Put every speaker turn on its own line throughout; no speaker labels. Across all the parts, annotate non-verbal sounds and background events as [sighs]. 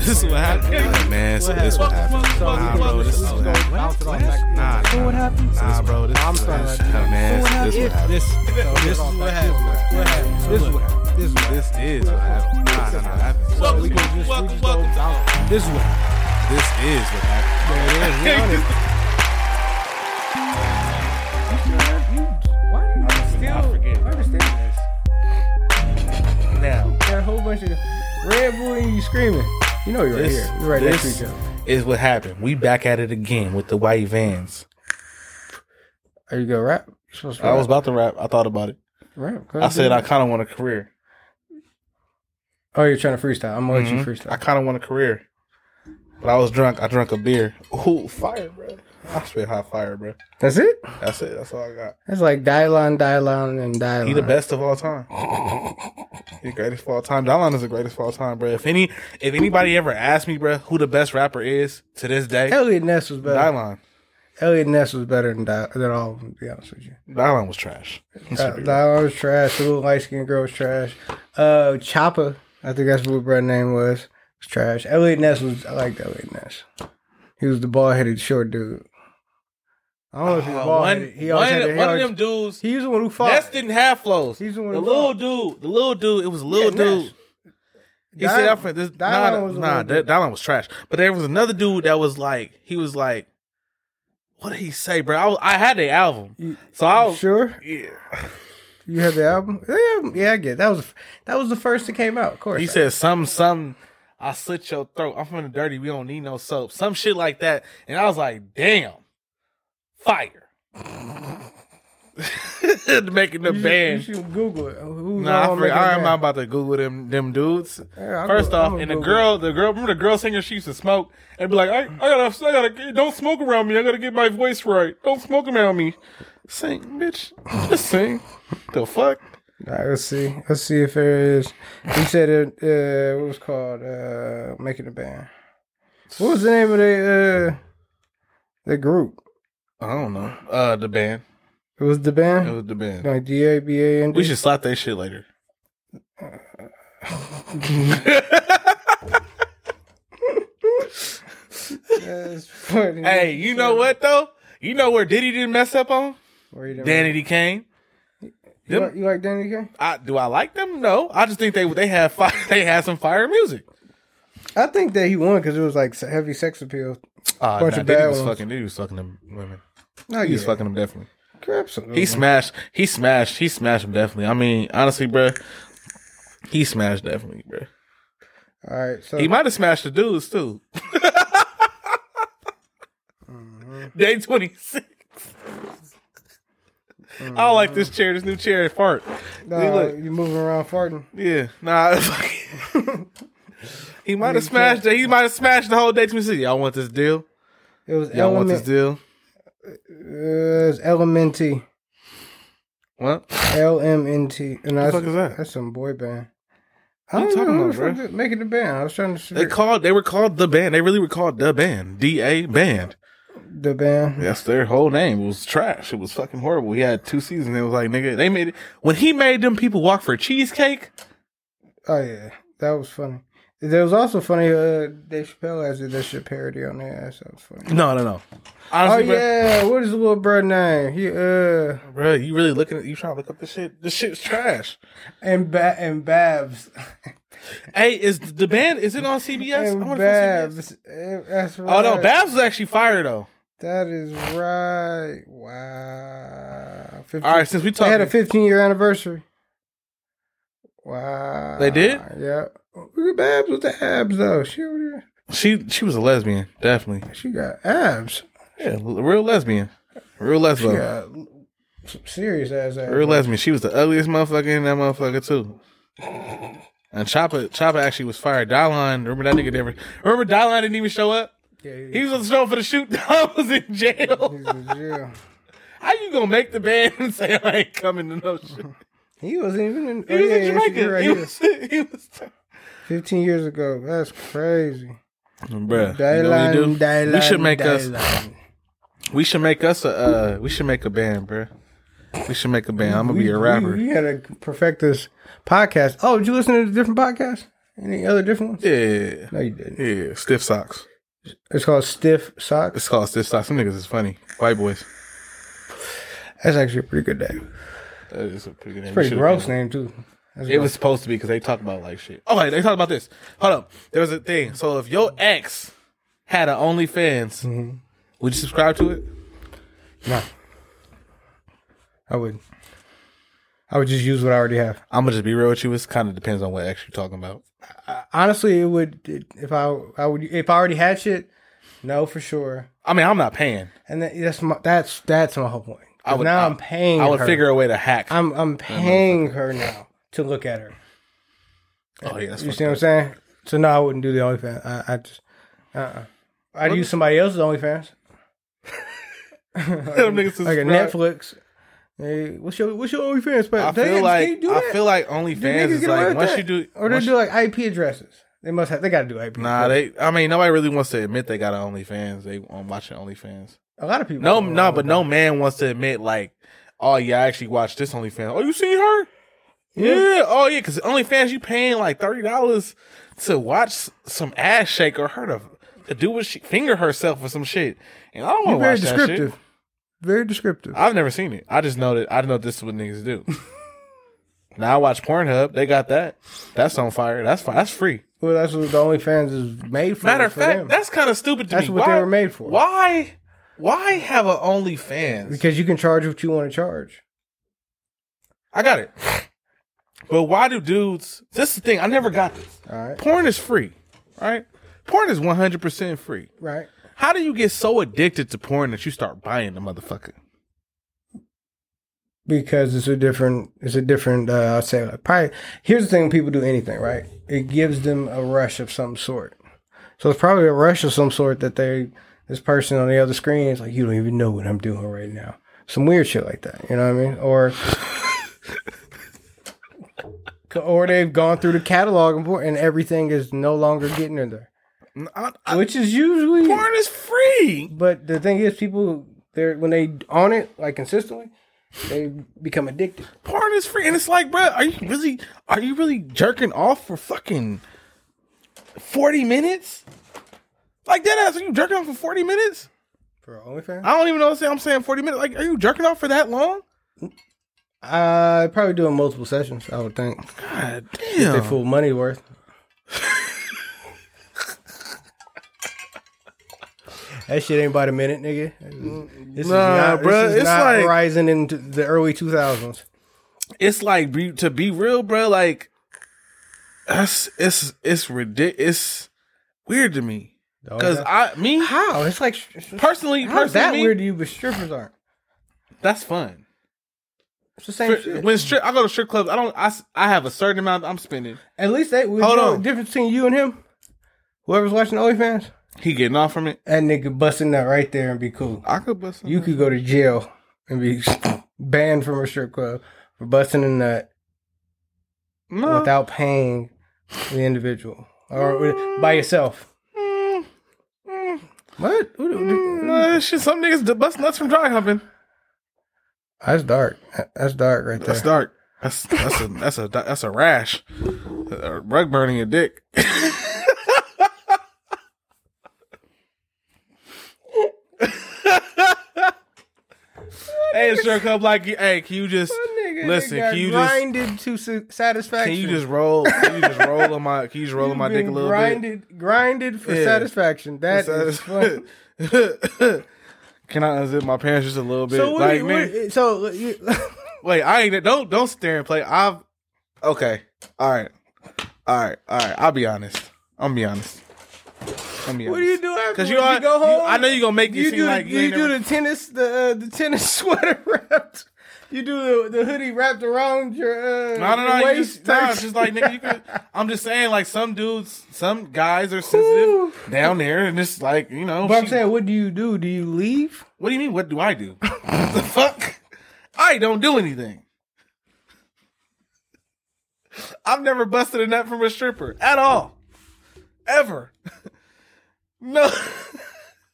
this what happened.
Like, man, so this what happened. Nah, bro, this is what happened.
Bounce it off back.
Nah, nah,
what happened?
nah, bro, this
I'm
is what
sorry.
happened. Nah, Man, so this is what happened.
This, so this is what happened. What happened? This is what happened. This is what happened.
This is what happened. Nah, nah, nah, that happened.
So we
Welcome,
just- we just
welcome,
don't
welcome.
bounce it. This is what happened.
This is what happened.
There it is. We on it.
Why do you still
I forget.
understand this?
Now,
Got a whole bunch of Red Bull and you screaming. You know you're right
this,
here. You're right next
this
to each other.
is what happened. We back at it again with the white vans.
Are you gonna rap? You supposed to
I was
rap.
about to rap. I thought about it.
rap. Go
I
ahead,
said
do
I
it.
kind of want a career.
Oh, you're trying to freestyle. I'm gonna
Mhm.
let you freestyle.
I kind of want a career. But I was drunk. I drank a beer. Ooh, fire, bro. I swear, hot fire, bro.
That's it.
That's it. That's all I got.
That's like Dylon, Dylon, and Dylon.
He the best of all time. He the greatest of all time. Dylan is the greatest of all time, bro. If any, if anybody ever asked me, bro, who the best rapper is to this day,
Elliot Ness was better.
Dylan.
Elliot Ness was better than Dy- than all. of them, To be honest with you,
Dylan was trash. Let's
Dy-
be real.
Dylon was Uh, trash. The little light skinned girl was trash. Uh, Chopper, I think that's what her brother name was. Was trash. Elliot Ness was. I liked Elliot Ness. He was the bald headed short dude. I don't know if he was
Uh,
bald
one
headed. He always
one,
had.
of-
a- He,
one
always,
of them dudes.
he was the one who fought.
Ness didn't have flows.
He's the
the
one who
little dude. The little dude. It was little
Yeah, Ness.
dude. He said that for this.
Dylan
nah,
was the
nah,
one
that
dude.
Dylan was trash. But there was another dude that was like, he was like, what did he say, bro? I, was, I had the album,
You-
so I was,
sure.
yeah.
You had the album? Yeah, yeah, I get it. that was that was the first that came out. Of course,
He said some some I slit your throat. I'm from the dirty. We don't need no soap. Some shit like that. And I was like, damn, fire. [laughs] Making the
you should,
band.
You should Google it. Who's
Nah, I
all
forgot.
making
I'm
that?
not about to Google them them dudes.
Yeah, I'll
First
go-
off,
I'll
and the
Google
girl, the girl, remember the girl singer she used to smoke and be like, I, I gotta, I gotta, don't smoke around me. I gotta get my voice right. Don't smoke around me. Sing, bitch. Just sing. the fuck?
All right, let's see. Let's see if there is. He said it. Uh, what was it called uh, making a band? What was the name of the uh, the group?
I don't know. Uh, the band.
It was the
It
band.
was the band.
Like D A B A N D.
We should slap that shit
[laughs]
later.
That's funny.
hey, you know what though? You know where Diddy didn't mess up on?
Where you doing?
Danity Kane.
You like, you like Danny Kane?
I do I like them? No, I just think they they have fire. They had some fire music.
I think that he won because it was like se- heavy sex appeal.
Uh,
Bunch
nah,
of
Diddy
bad
was
ones. Oh,
fucking. Diddy was fucking them women.
No,
He was fucking them definitely.
Absolutely.
He smashed. He smashed. He smashed them definitely. I mean, honestly, bruh, he smashed definitely, bruh.
All right, so
He might have smashed the dudes too. Day twenty six. I don't like this chair. This new chair fart.
No,
look.
you moving around farting.
Yeah, nah. [laughs] he might have smashed. The, he might have smashed the whole Day twenty six. Y'all want this deal?
It was
Y'all want this
element.
deal?
Uh, it's Elementy.
What?
L M N T. And
The
that's,
fuck is that?
That's some boy band.
What
I
you
don't
talking
know who
about,
the fuck did- making the band. I was trying to
They
figure-
called. They were called the band. They really were called the band. D A band.
the band.
That's their whole name. It was trash. It was fucking horrible. He had two seasons. It was like nigga. They made it when he made them people walk for cheesecake.
Oh yeah, that was funny. There was also funny. Uh, Dave Chappelle has did that shit parody on their ass. That was funny.
No, no, no.
Oh
Honestly, bruh,
yeah, what is the little bird name? He uh
bruh, you really looking at you trying to look up this shit? This shit's trash.
and ba- and [laughs] Babs
Hey, is the band? Is it on CBS?
and
wonder if it's
Babs. Eh, That's right.
Oh no, Babs was actually fired though.
That is right. Wow. 15,
All right, since we
They had a
talked,
15 year anniversary. Wow.
They did?
Yeah. Look at Babs with the abs though. She over
she she was a lesbian, definitely.
there- she got abs.
Yeah, a real lesbian, real
She
lesbo,
got some serious ass abs.
real lesbian. She was the ugliest motherfucker in that motherfucker too. And Chopper Chopper actually was fired. Dylan, remember that nigga never. Remember Dylan didn't even show up.
Yeah, he-
He was on the show for the shoot. [laughs] Dylan was in jail.
he's in jail.
How you gonna make the band [laughs] and say I ain't coming to no shit?
He wasn't even in, oh,
He was
yeah,
in
yeah,
Jamaica.
you're right,
he,
he was
was, [laughs] he was.
15 years ago. That's crazy.
Bruh, you know what
Dylan,
we do?
Dylan,
we should make us. [laughs]
Dylan.
We should make us a. Uh, we should make a band, bruh. We should make a band. I'm gonna be a
We,
rapper.
we gotta perfect this podcast. Oh, did you listen to the different podcast? Any other different ones?
Yeah.
No, you didn't.
Yeah. Stiff socks.
It's called Stiff Socks.
It's called stiff socks. Some niggas is funny. White boys.
That's actually a pretty good name.
That is a pretty good name.
Pretty
Should've
gross
been-
name too. That's
It was supposed to be because they talk about like shit. Okay, they talk about this. Hold up. There was a thing. So if your ex had a OnlyFans, would you subscribe to it?
No. I would. I would just use what I already have.
I'm gonna just be real with you. It kind of depends on what ex you're talking about.
Honestly, it would it- if I I would if I already had shit. No, for sure.
I mean, I'm not paying.
And that, that's my that's that's my whole point.
I would
now
I,
I'm paying.
I would
her.
figure a way to hack.
I'm I'm paying her now to look at her.
oh yeah, that's
You
fucked
see what I'm
up.
saying? So no, I wouldn't do the OnlyFans. I, I just uh, uh I'd use somebody else's OnlyFans,
Them niggas
like a
subscribe.
Netflix. Hey, what's your what's your OnlyFans? page?
I
They-
feel
they
like
do
I
that?
feel like
Do
OnlyFans
niggas
is
get away
like
with
once
that?
you do
or they
once
do like IP addresses. They must have. They got to do IP.
Nah,
addresses.
they. I mean, nobody really wants to admit they got an OnlyFans. They um, watching OnlyFans.
a lot of people.
No,
don't
no,
know.
but no man wants to admit like, oh yeah, I actually watched this OnlyFans. Oh, you seen her? Yeah. Oh yeah, because OnlyFans you paying like thirty dollars to watch some ass shake or her to, to do what she finger herself or some shit. And I don't
You're
want to
very
watch that shit.
descriptive. Very descriptive.
I've never seen it. I just know that I know this is what niggas [laughs] do. now I watch Pornhub. They got that. That's on fire. That's fine. That's free.
well, that's what the OnlyFans is made for.
Matter of
for
fact,
them.
that's kind of stupid to
That's
me.
what they were made for.
Why? Why have an OnlyFans?
because you can charge what you want to charge.
I got it. But why do dudes? This is the thing. I never got this.
All right,
Porn is free, right? Porn is one hundred percent free.
right.
How do you get so addicted to porn that you start buying the motherfucker?
because it's a different it's a different uh i'd say like probably here's the thing when people do anything right it gives them a rush of some sort so it's probably a rush of some sort that they this person on the other screen is like you don't even know what i'm doing right now some weird shit like that you know what i mean or [laughs] or they've gone through the catalog and por- and everything is no longer getting in there
N- I- I-
which is usually
porn is free.
but the thing is people they're when they on it like consistently they become addicted
Porn is free, and it's like, bro, are you really? Are you really jerking off for fucking forty minutes? Like that ass? Are you jerking off for forty minutes?
for OnlyFans?
I don't even know. What I'm, saying. I'm saying forty minutes. Like, are you jerking off for that long?
Uh, probably doing multiple sessions. I would think
God
they
damn.
full money worth. that shit ain't by the minute, nigga. This
Nah,
is not,
bruh,
This is
it's
not
like-
rising into the early two thousands.
it's like be- to be real, bro. Like, that's it's it's ridiculous. It's weird to me because I me
how? It's like it's- it's-
personally
how is that
personally me,
weird to you, but strippers aren't.
that's fun.
It's the same
Stri-
shit.
When strip, I go to strip clubs, I don't. I, s- I have a certain amount I'm spending.
At least they. Hold
Hold
know
on.
The difference between you and him, whoever's watching OnlyFans,
He getting off from it.
that nigga busting that right there and be cool.
I could bust.
You could go to jail and be [laughs] banned from a strip club for busting a nut
no.
without paying the individual or with- by yourself.
Mm, mm,
What? Who do-
mm, nah, that shit. Some niggas d- bust nuts from dry humping.
That's dark. That's dark right there.
That's dark. That's that's a that's a that's a rash. A rug burning your dick. hey, sure club like hey, can you just listen? Can you just
grinded to sa- satisfaction.
can you just roll? Can you just roll on my? Can you just roll on
You've
my dick
been
a little
grinded, bit? Grinded for
Yeah.
satisfaction. That
[laughs]
is fun.
bit? [laughs] can I unzip my pants just a little bit?
So what?
Like,
do
nigga-
you, what so [laughs] you,
Wait, I ain't don't don't sit there and play. I've okay. All right, all right, all right. I'll be honest. I'm be honest. I'm be honest.
what do you do after?
Because you, are.
go home.
you- I know you gonna make
Do
you,
you
seem
do, the-
like
do
you,
you
ain't
do
never-
the tennis the uh, the tennis [laughs] sweater wrapped. You do the, the hoodie wrapped around your uh,
No, no, no.
your
you
waist.
just, no,
type
it's just like nigga, you could, I'm just saying, like some dudes, some guys are sensitive
Whew.
down there, and it's like you know.
But I'm
she-
saying, what do you do? Do you leave?
what do you mean? What do I do? [laughs] the fuck? I don't do anything. I've never busted a nut from a stripper at all, ever. [laughs] no,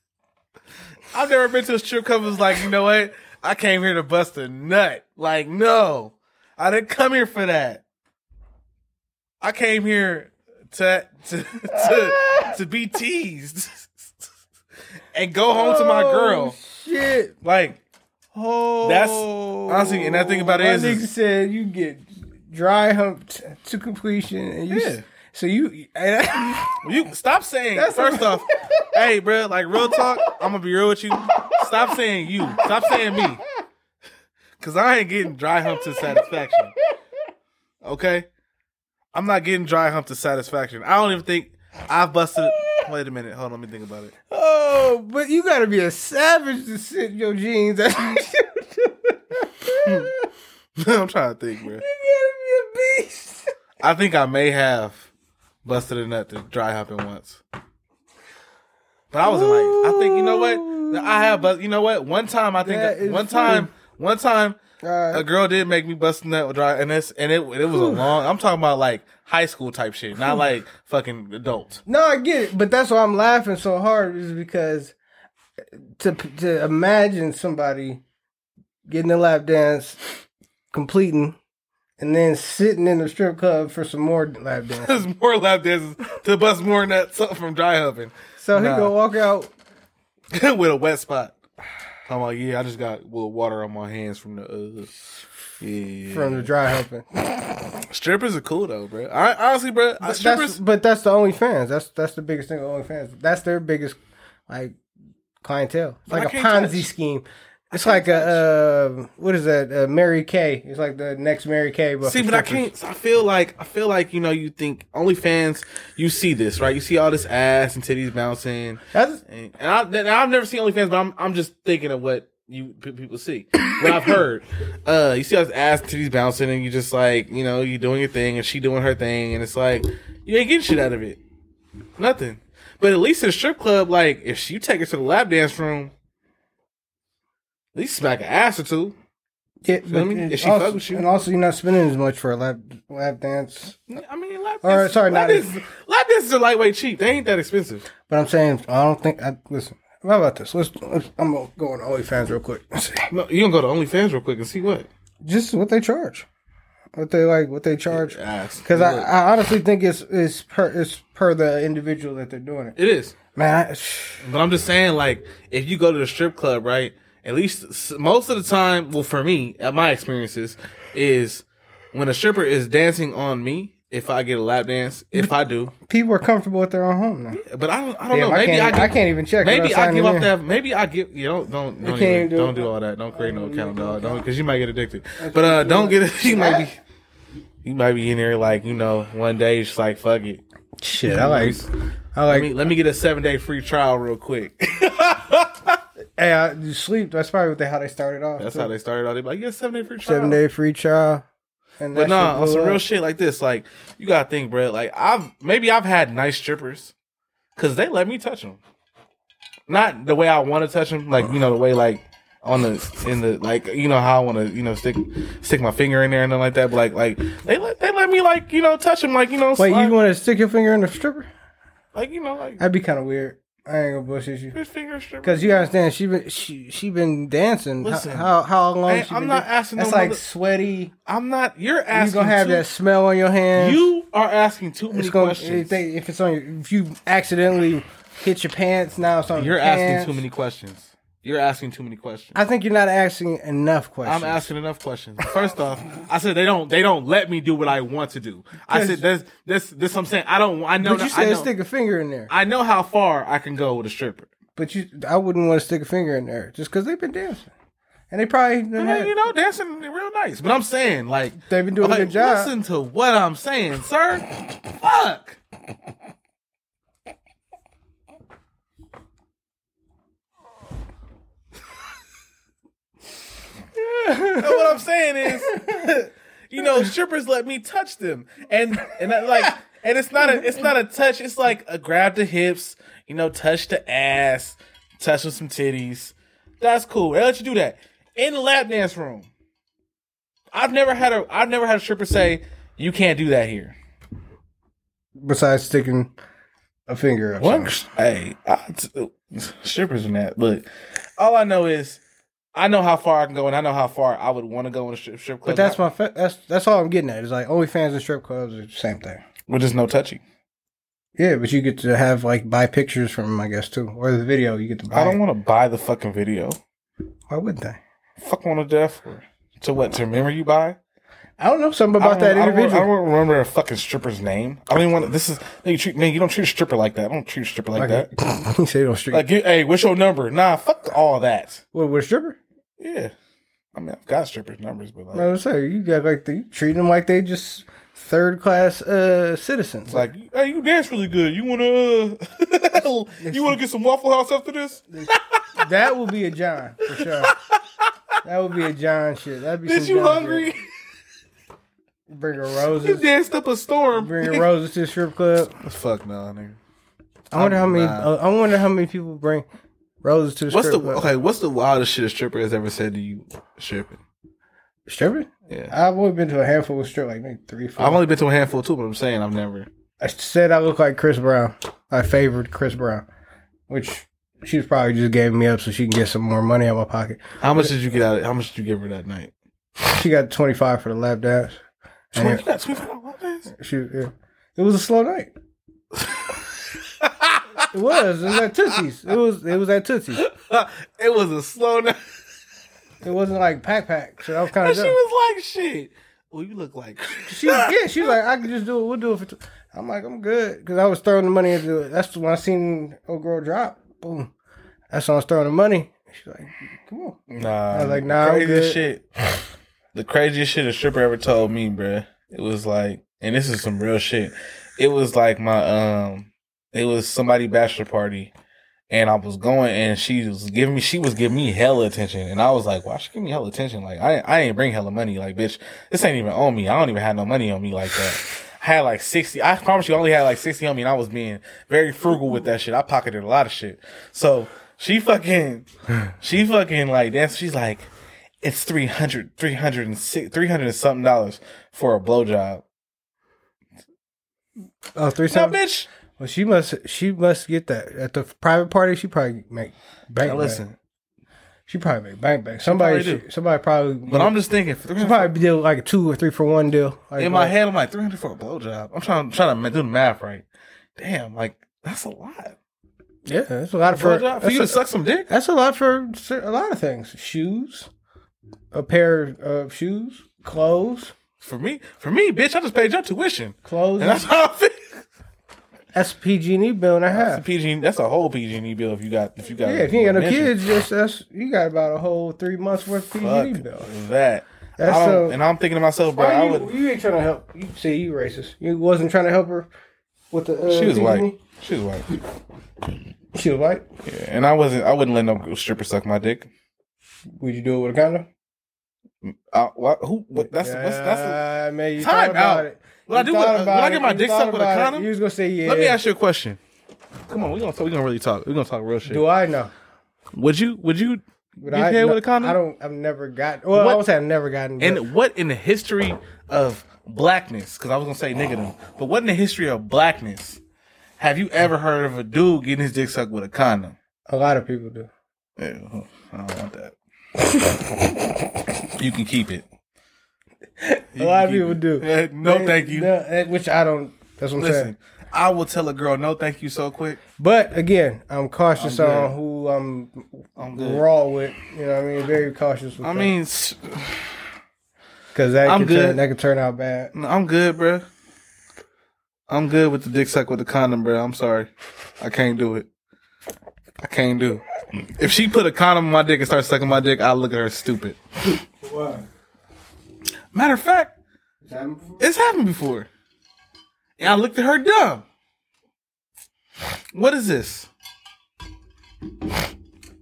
[laughs] I've never been to a strip club. and Was like, you know what? I came here to bust a nut. Like, no, I didn't come here for that. I came here to to to, to be teased [laughs] and go home to my
Oh,
girl.
Shit.
Like
Oh,
that's honestly, and I think about it
My
is,
nigga
is
said you get dry humped to completion, and you.
Yeah.
So you. And I, [laughs]
you stop saying.
That's-
first
[laughs]
off, hey, bro, like real talk, I'm gonna be real with you. Stop saying you. Stop saying me, cause I ain't getting dry hump to satisfaction. Okay, I'm not getting dry hump to satisfaction. I don't even think I've busted. Wait a minute, hold on, let me think about it. [laughs]
oh, but you gotta be a savage to sit in your jeans. [laughs] That's what you do.
I'm trying to think, bro.
You gotta be a beast.
I think I may have busted a nut to dry humping once. But I was like, I think you know what? I have but you know what? One time I
That is
think one time one time
Uh,
a girl did make me bust a nut with dry and that's and it it was a long I'm talking about like high school type shit, not like fucking adult.
No, I get it, but that's why I'm laughing so hard is because to to imagine somebody getting a lap dance, completing, and then sitting in the strip club for some more
[laughs]
lap
[laughs]
dance.
There's more lap dances to bust more nuts up from dry humping
So he
Nah.
gonna walk out.
[laughs] with a wet spot. [sighs] I'm like, yeah, I just got a little water on my hands from the uh yeah.
From the dry humping,
Strippers are cool though, bro. I, honestly, bro, uh,
but that's,
strippers.
but that's the OnlyFans. That's that's the biggest thing. with OnlyFans. That's their biggest like clientele. It's
I
like a
can't
Ponzi
touch.
scheme. It's like a uh, what is that? Uh, Mary Kay. It's like the next Mary Kay. But
See,
for
but I
strippers.
can't. I feel like I feel like you know. You think OnlyFans. You see this, right? You see all this ass and titties bouncing,
That's
and, and I, and I've never seen OnlyFans, but I'm I'm just thinking of what you pe- people see, what I've
[coughs]
heard. Uh, you see all this ass and titties bouncing, and you just like you know you doing your thing, and she doing her thing, and it's like you ain't getting shit out of it, nothing. But at least in a strip club, like if she take her to the lap dance room, at least smack an ass or two.
Yeah,
I
but
mean?
it
If she
also-
fuck with you.
And also, you're not spending as much for a lap lap dance.
I mean, lap
Or,
dances,
sorry,
lap
not-
dances, lap dances are lightweight cheap. They ain't that expensive.
But I'm saying, I don't think. I listen. How about this? Let's. let's I'm gonna go on OnlyFans real quick. Let's see.
No, you can go to OnlyFans real quick and see what.
Just what they charge, what they like, what they charge.
Ass.
Because I, I honestly think it's it's per it's per the individual that they're doing it.
it is.
Man, I, [sighs]
But I'm just saying, like, if you go to the strip club, right? At least s- most of the time, well, for me, at my experiences, is when a stripper is dancing on me. If I get a lap dance, if I do,
people are comfortable with their own home now.
but I don't, I don't
Damn,
know.
I
Maybe I,
can't. I,
get-
can't even check.
Maybe
without
I give
signing
up
in.
that. Maybe I give you don't don't don't,
can't
even,
do
do not
it. Mm-hmm.
do all that. Don't create no account, dog. Don't because you might get addicted. But uh, don't get it. [laughs] You might be
[laughs]
you might be in there like you know one day it's like fuck it.
Shit, I like. I
Let
like.
me let me get a seven day free trial real quick.
hey, I, you sleep. That's probably what they, how they started off.
That's
too.
how they started out. They be like yeah seven day free trial.
seven day free trial. And
But
that
no,
shit
on
blew
some
up.
real shit like this, like you gotta think, bro. Like I've maybe I've had nice strippers because they let me touch them, not the way I want to touch them, like you know the way like on the in the like you know how I want to you know stick stick my finger in there and nothing like that. But like like they let they let me like you know touch them like you know
Wait,
slide-
you want to stick your finger in the stripper?
like you know like
That'd be kind of weird. I ain't gonna bullshit you.
this finger stripper.
Cause you understand, she been she she been dancing. H-
Listen.
how how long?
Hey,
she
I'm
been
not
dancing?
asking
That's
no
like
mother-
sweaty.
I'm not. You're
You
asking.
gonna have
too-
that smell on your hands.
You are asking too many
it's gonna if,
questions.
they, if it's on your, if you accidentally hit your pants now it's on
You're
your
asking
pants.
too many questions. You're asking too many questions.
I think you're not asking enough questions.
I'm asking enough questions. First off, I said they don't they don't let me do what I want to do. I said that's that's that's what I'm saying. I don't I know
but you
I
said
know,
stick a finger in there.
I know how far I can go with a stripper.
but you, I wouldn't want to stick a finger in there just because they've been dancing, and they probably done
I
had-
mean, you know, dancing is real nice. But I'm saying like
They've been doing a
okay,
good job.
Listen to what I'm saying, sir. Fuck. And what I'm saying is, you know, strippers let me touch them, and and I, like, and it's not a it's not a touch. It's like a grab the hips, you know, touch the ass, touch with some titties. That's cool. They let you do that in the lap dance room. I've never had a I've never had a stripper say you can't do that here.
besides sticking a finger up. somewhere.
Hey, I t- strippers and that. Look, all I know is I know how far I can go, and I know how far I would want to go in a strip, strip club.
But that's my fa- that's that's all I'm getting at. Is like OnlyFans and strip clubs are the same thing.
with just no touching.
Yeah, but you get to have like buy pictures from them, I guess too, or the video. You get to buy.
I don't
it.
want to buy the fucking video.
Why wouldn't they?
Fuck want to death for to what to remember you by
I don't know something
I
about
don't-
that
I don't-
individual.
I don't, remember a fucking stripper's name. I don't even want to, this is man, you treat man you don't treat a stripper like that. I don't treat a stripper like that.
[laughs] He said on street.
Like you, hey, what's your number? Nah, fuck all that.
what, with a stripper?
Yeah, I mean I've got strippers numbers, but like
I was saying, you got like the, you treating them like they just third class uh, citizens.
It's [laughs] like, hey, you dance really good. You wanna, uh, [laughs] you wanna get some Waffle House after this?
that would be a John for sure. that would be a John shit. That'd be.
Bitch, you
some John
hungry?
shit. Bring her
[laughs] You
roses.
danced up a storm.
Bring her roses to the strip club.
Fuck no, nigga.
I wonder how many.
Nah.
uh, I wonder how many people bring roses to the
What's the
strip club.
okay? What's the wildest shit a stripper has ever said to you stripping?
Stripping?
Yeah,
I've only been to a handful of strip, like maybe three, four.
I've only been to a handful too, but I'm saying I've never.
I said I look like Chris Brown. I favored Chris Brown, which she was probably just gave me up so she can get some more money out of my pocket.
How much did you get out? of How much did you give her that night?
She got twenty five for the lap dance. And
Twenty. You got twenty five [laughs] dollars.
it- she, yeah. it was a slow night. It was. It was at Tootsie's. It was. It was at Tootsie's.
it was a slow night.
It wasn't like pack pack. So I was kind
And
of
she
dumb.
was like, "Shit." Well, you look like
She yeah. She was like, I can just do it. We'll do it for. T-. I'm like, I'm good because I was throwing the money into it. That's when I seen old girl drop. Boom. That's when I was throwing the money. She's like, come on.
Nah,
I was like, nah,
The
I'm
craziest
good.
shit. The craziest shit a stripper ever told me, bruh. It was like, and this is some real shit. It was like my um, it was somebody bachelor party, and I was going, and she was giving me, she was giving me hella attention, and I was like, why she give me hella attention? Like, I I ain't bring hella money, like, bitch, this ain't even on me. I don't even have no money on me like that. I had like sixty. I promise you, I only had like sixty on me, and I was being very frugal with that shit. I pocketed a lot of shit. So she fucking she fucking like that's she's like it's 300 300 and six, 300 and something dollars for a blowjob.
Oh, three
Now,
times.
bitch,
Well, she must she must get that at the private party. She probably make
now
bank. back.
listen,
she probably make bank back. Somebody
probably
should- somebody probably.
but I'm just thinking,
she probably deal like a two or three for one deal. Like,
in my
like,
head, I'm like 300 for a blowjob. I'm trying, trying to do the math right. Damn, like that's a lot.
yeah, that's a lot for
Blowjob for you to
that's a,
suck some dick.
that's a lot for cer- a lot of things. Shoes, a pair of shoes, clothes,
For me, for me, bitch, I just paid your tuition,
clothes.
and that's how I feel.
That's a PG&E bill and a
That's a
half.
PG. That's a whole PG&E E bill if you got if you got
Yeah, if you ain't got no
mention.
kids, that's, that's you got about a whole three months worth of PG&E
Fuck
E bill.
that. I
That's
don't-
a-
and I'm thinking to myself, bro,
Why
I
you,
would.
you ain't trying to help. You say you racist. You wasn't trying to help her with the. Uh,
She was
seasoning?
white. She was white.
She was white.
Yeah, and I wasn't. I wouldn't let no stripper suck my dick.
Would you do it with a condom?
I, why, who? What, that's what's, that's. A,
Uh, man, you
Time
thought about
out.
it.
Would I do
You thought
with-
about
would I
it.
get my
You
dick
thought
sucked with a
about it.
condom?
You was gonna say yeah.
Let me ask you a question. Come on, we gonna talk, we gonna really talk. We gonna talk real shit.
Do I know?
would you? Would you?
Would
get head with a condom?
I don't. I've never gotten. Well,
What-
I almost had never gotten. but
And what in the history of blackness? Because I was gonna say nigga, them, but what in the history of blackness have you ever heard of a dude getting his dick sucked with a condom?
a lot of people do.
Ew, I don't want that. you can keep it.
A lot of
keep
people
it.
do.
Eh, [laughs] no, thank you.
No, eh, which I don't. That's what I'm
Listen,
saying.
I will tell a girl no thank you so quick.
But again, I'm cautious
I'm good.
on who I'm,
I'm good.
raw with. You know what I mean? Very cautious with
I
that.
mean, s-
Because that
I'm
could turn,
good.
that could turn out bad.
no, I'm good, bruh. I'm good with the dick suck with the condom, bruh. I'm sorry. I can't do it. I can't do it. If she put a condom on my dick and starts sucking my dick, I'll look at her stupid.
Why?
Matter of fact, it's happened before. And I looked at her dumb. What is this?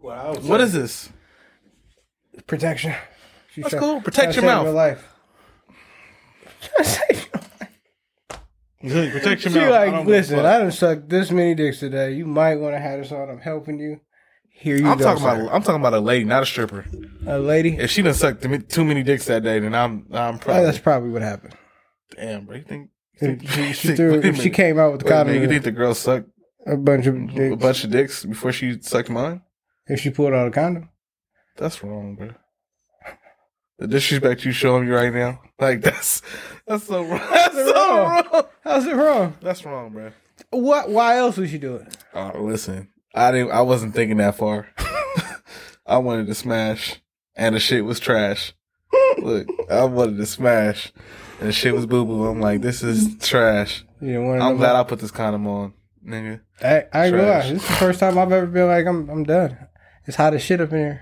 What is this?
protection? She's
That's
trying-
cool. Protect
trying to
your
save
mouth. [laughs]
life.
Protect your
She
mouth. I don't
like,
give a
listen,
fuck."
I done sucked this many dicks today. You might want to have this on. I'm helping you. Here you
I'm
go.
talking
sir."
about I'm talking about a lady, not a stripper.
a lady.
If she done sucked too many- too many dicks that day, then I'm I'm
Oh,
probably
that's probably
[laughs]
what happened.
damn. Bro, you think you think-
If
you
she,
think-
threw,
wait a
if she
minute.
came out with the
Wait a minute,
condom,
you
in
think the girl sucked
a bunch of
a
dicks.
bunch of dicks before she sucked mine?
if she pulled out a condom,
That's wrong, bro. The disrespect you showing me right [laughs] now, like that's that's so wrong. [laughs] That's so
wrong.
wrong.
how's it wrong?
That's wrong, bro.
What? Why else would she do it?
Oh, listen, I didn't. I wasn't thinking that far. [laughs] I wanted to smash, and the shit was trash. Look, I wanted to smash, and the shit was boo boo. I'm like, this is trash.
You didn't want to
I'm glad I put this condom on, nigga.
I, I ain't gonna lie.
Trash.
This is the first time I've ever been like, I'm I'm done. It's hot as shit up in here.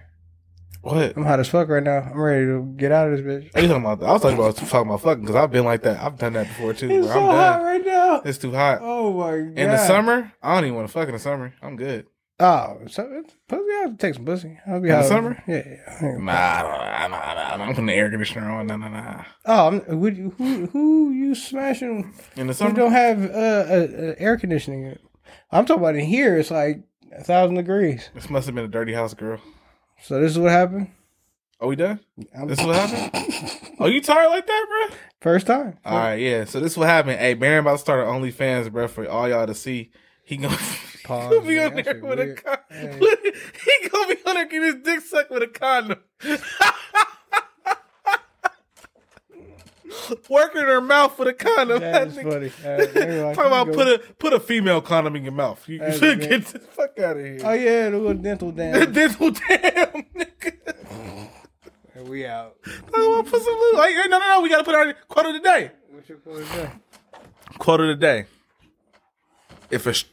What?
I'm hot as fuck right now. I'm ready to get out of this bitch.
Are you talking about? That? I was talking about [laughs] talking about fucking because I've been like that. I've done that before too.
It's
bro.
so
I'm done.
hot right now.
It's too hot.
Oh my god.
In the summer, I don't even want to fuck in the summer. I'm good.
Oh, so it's pussy. I have to take some pussy. I'll be
In the
hot.
summer?
Yeah. yeah.
Nah, I don't- nah, nah, nah, I'm putting the air conditioner on. Nah, nah, nah.
Oh, I'm, would you, who who you smashing?
In the
Who
summer,
don't have uh, uh, uh, air conditioning? yet? I'm talking about in here. It's like a thousand degrees.
this must have been a dirty house, girl.
So this is what happened.
Are we done?
I'm-
This is what happened. [laughs] Are you tired like that, bro? [laughs]
First time.
All right, yeah. So this will happen. Hey, Baron about to start an OnlyFans, bro, for all y'all to see. He gonna, [laughs] he
Pause,
gonna be
man.
on
That
there
shit
with a
weird.
con- [laughs]
Hey.
he gonna be on there getting his dick sucked with a condom. [laughs] Working her mouth with a condom. [laughs]
That is funny. Uh, anyway,
Talk about
go-
put a put a female condom in your mouth. You
That's
should [laughs]
great.
get the fuck out of
Oh
here.
yeah, the little
[laughs]
dental dam.
This will damn nigga. [laughs]
we out.
Oh, I'll put some lube. Like, no, no, no. We gotta put our quote of the day.
What you call it there?
Quote of the day. If it's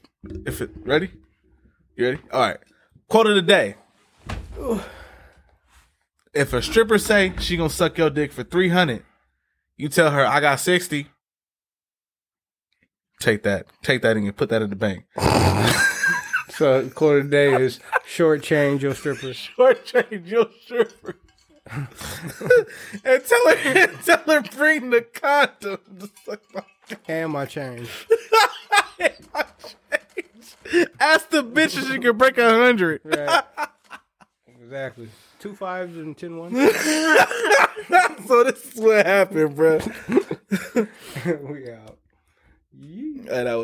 if it ready, you ready? All right. Quote of the day. If a stripper say she gonna suck your dick for three hundred, you tell her I got sixty. Take that, take that, and put that in the [laughs] bank.
So quarter day is shortchange your strippers.
shortchange your [laughs] stripper. and tell her, and tell her, bring the condom. to suck my
and my change.
Ask the bitch if she can break a hundred. [laughs]
Right. exactly. Two fives and ten ones.
so this is what happened, bro.
[laughs] we out. Yeah.
And I was.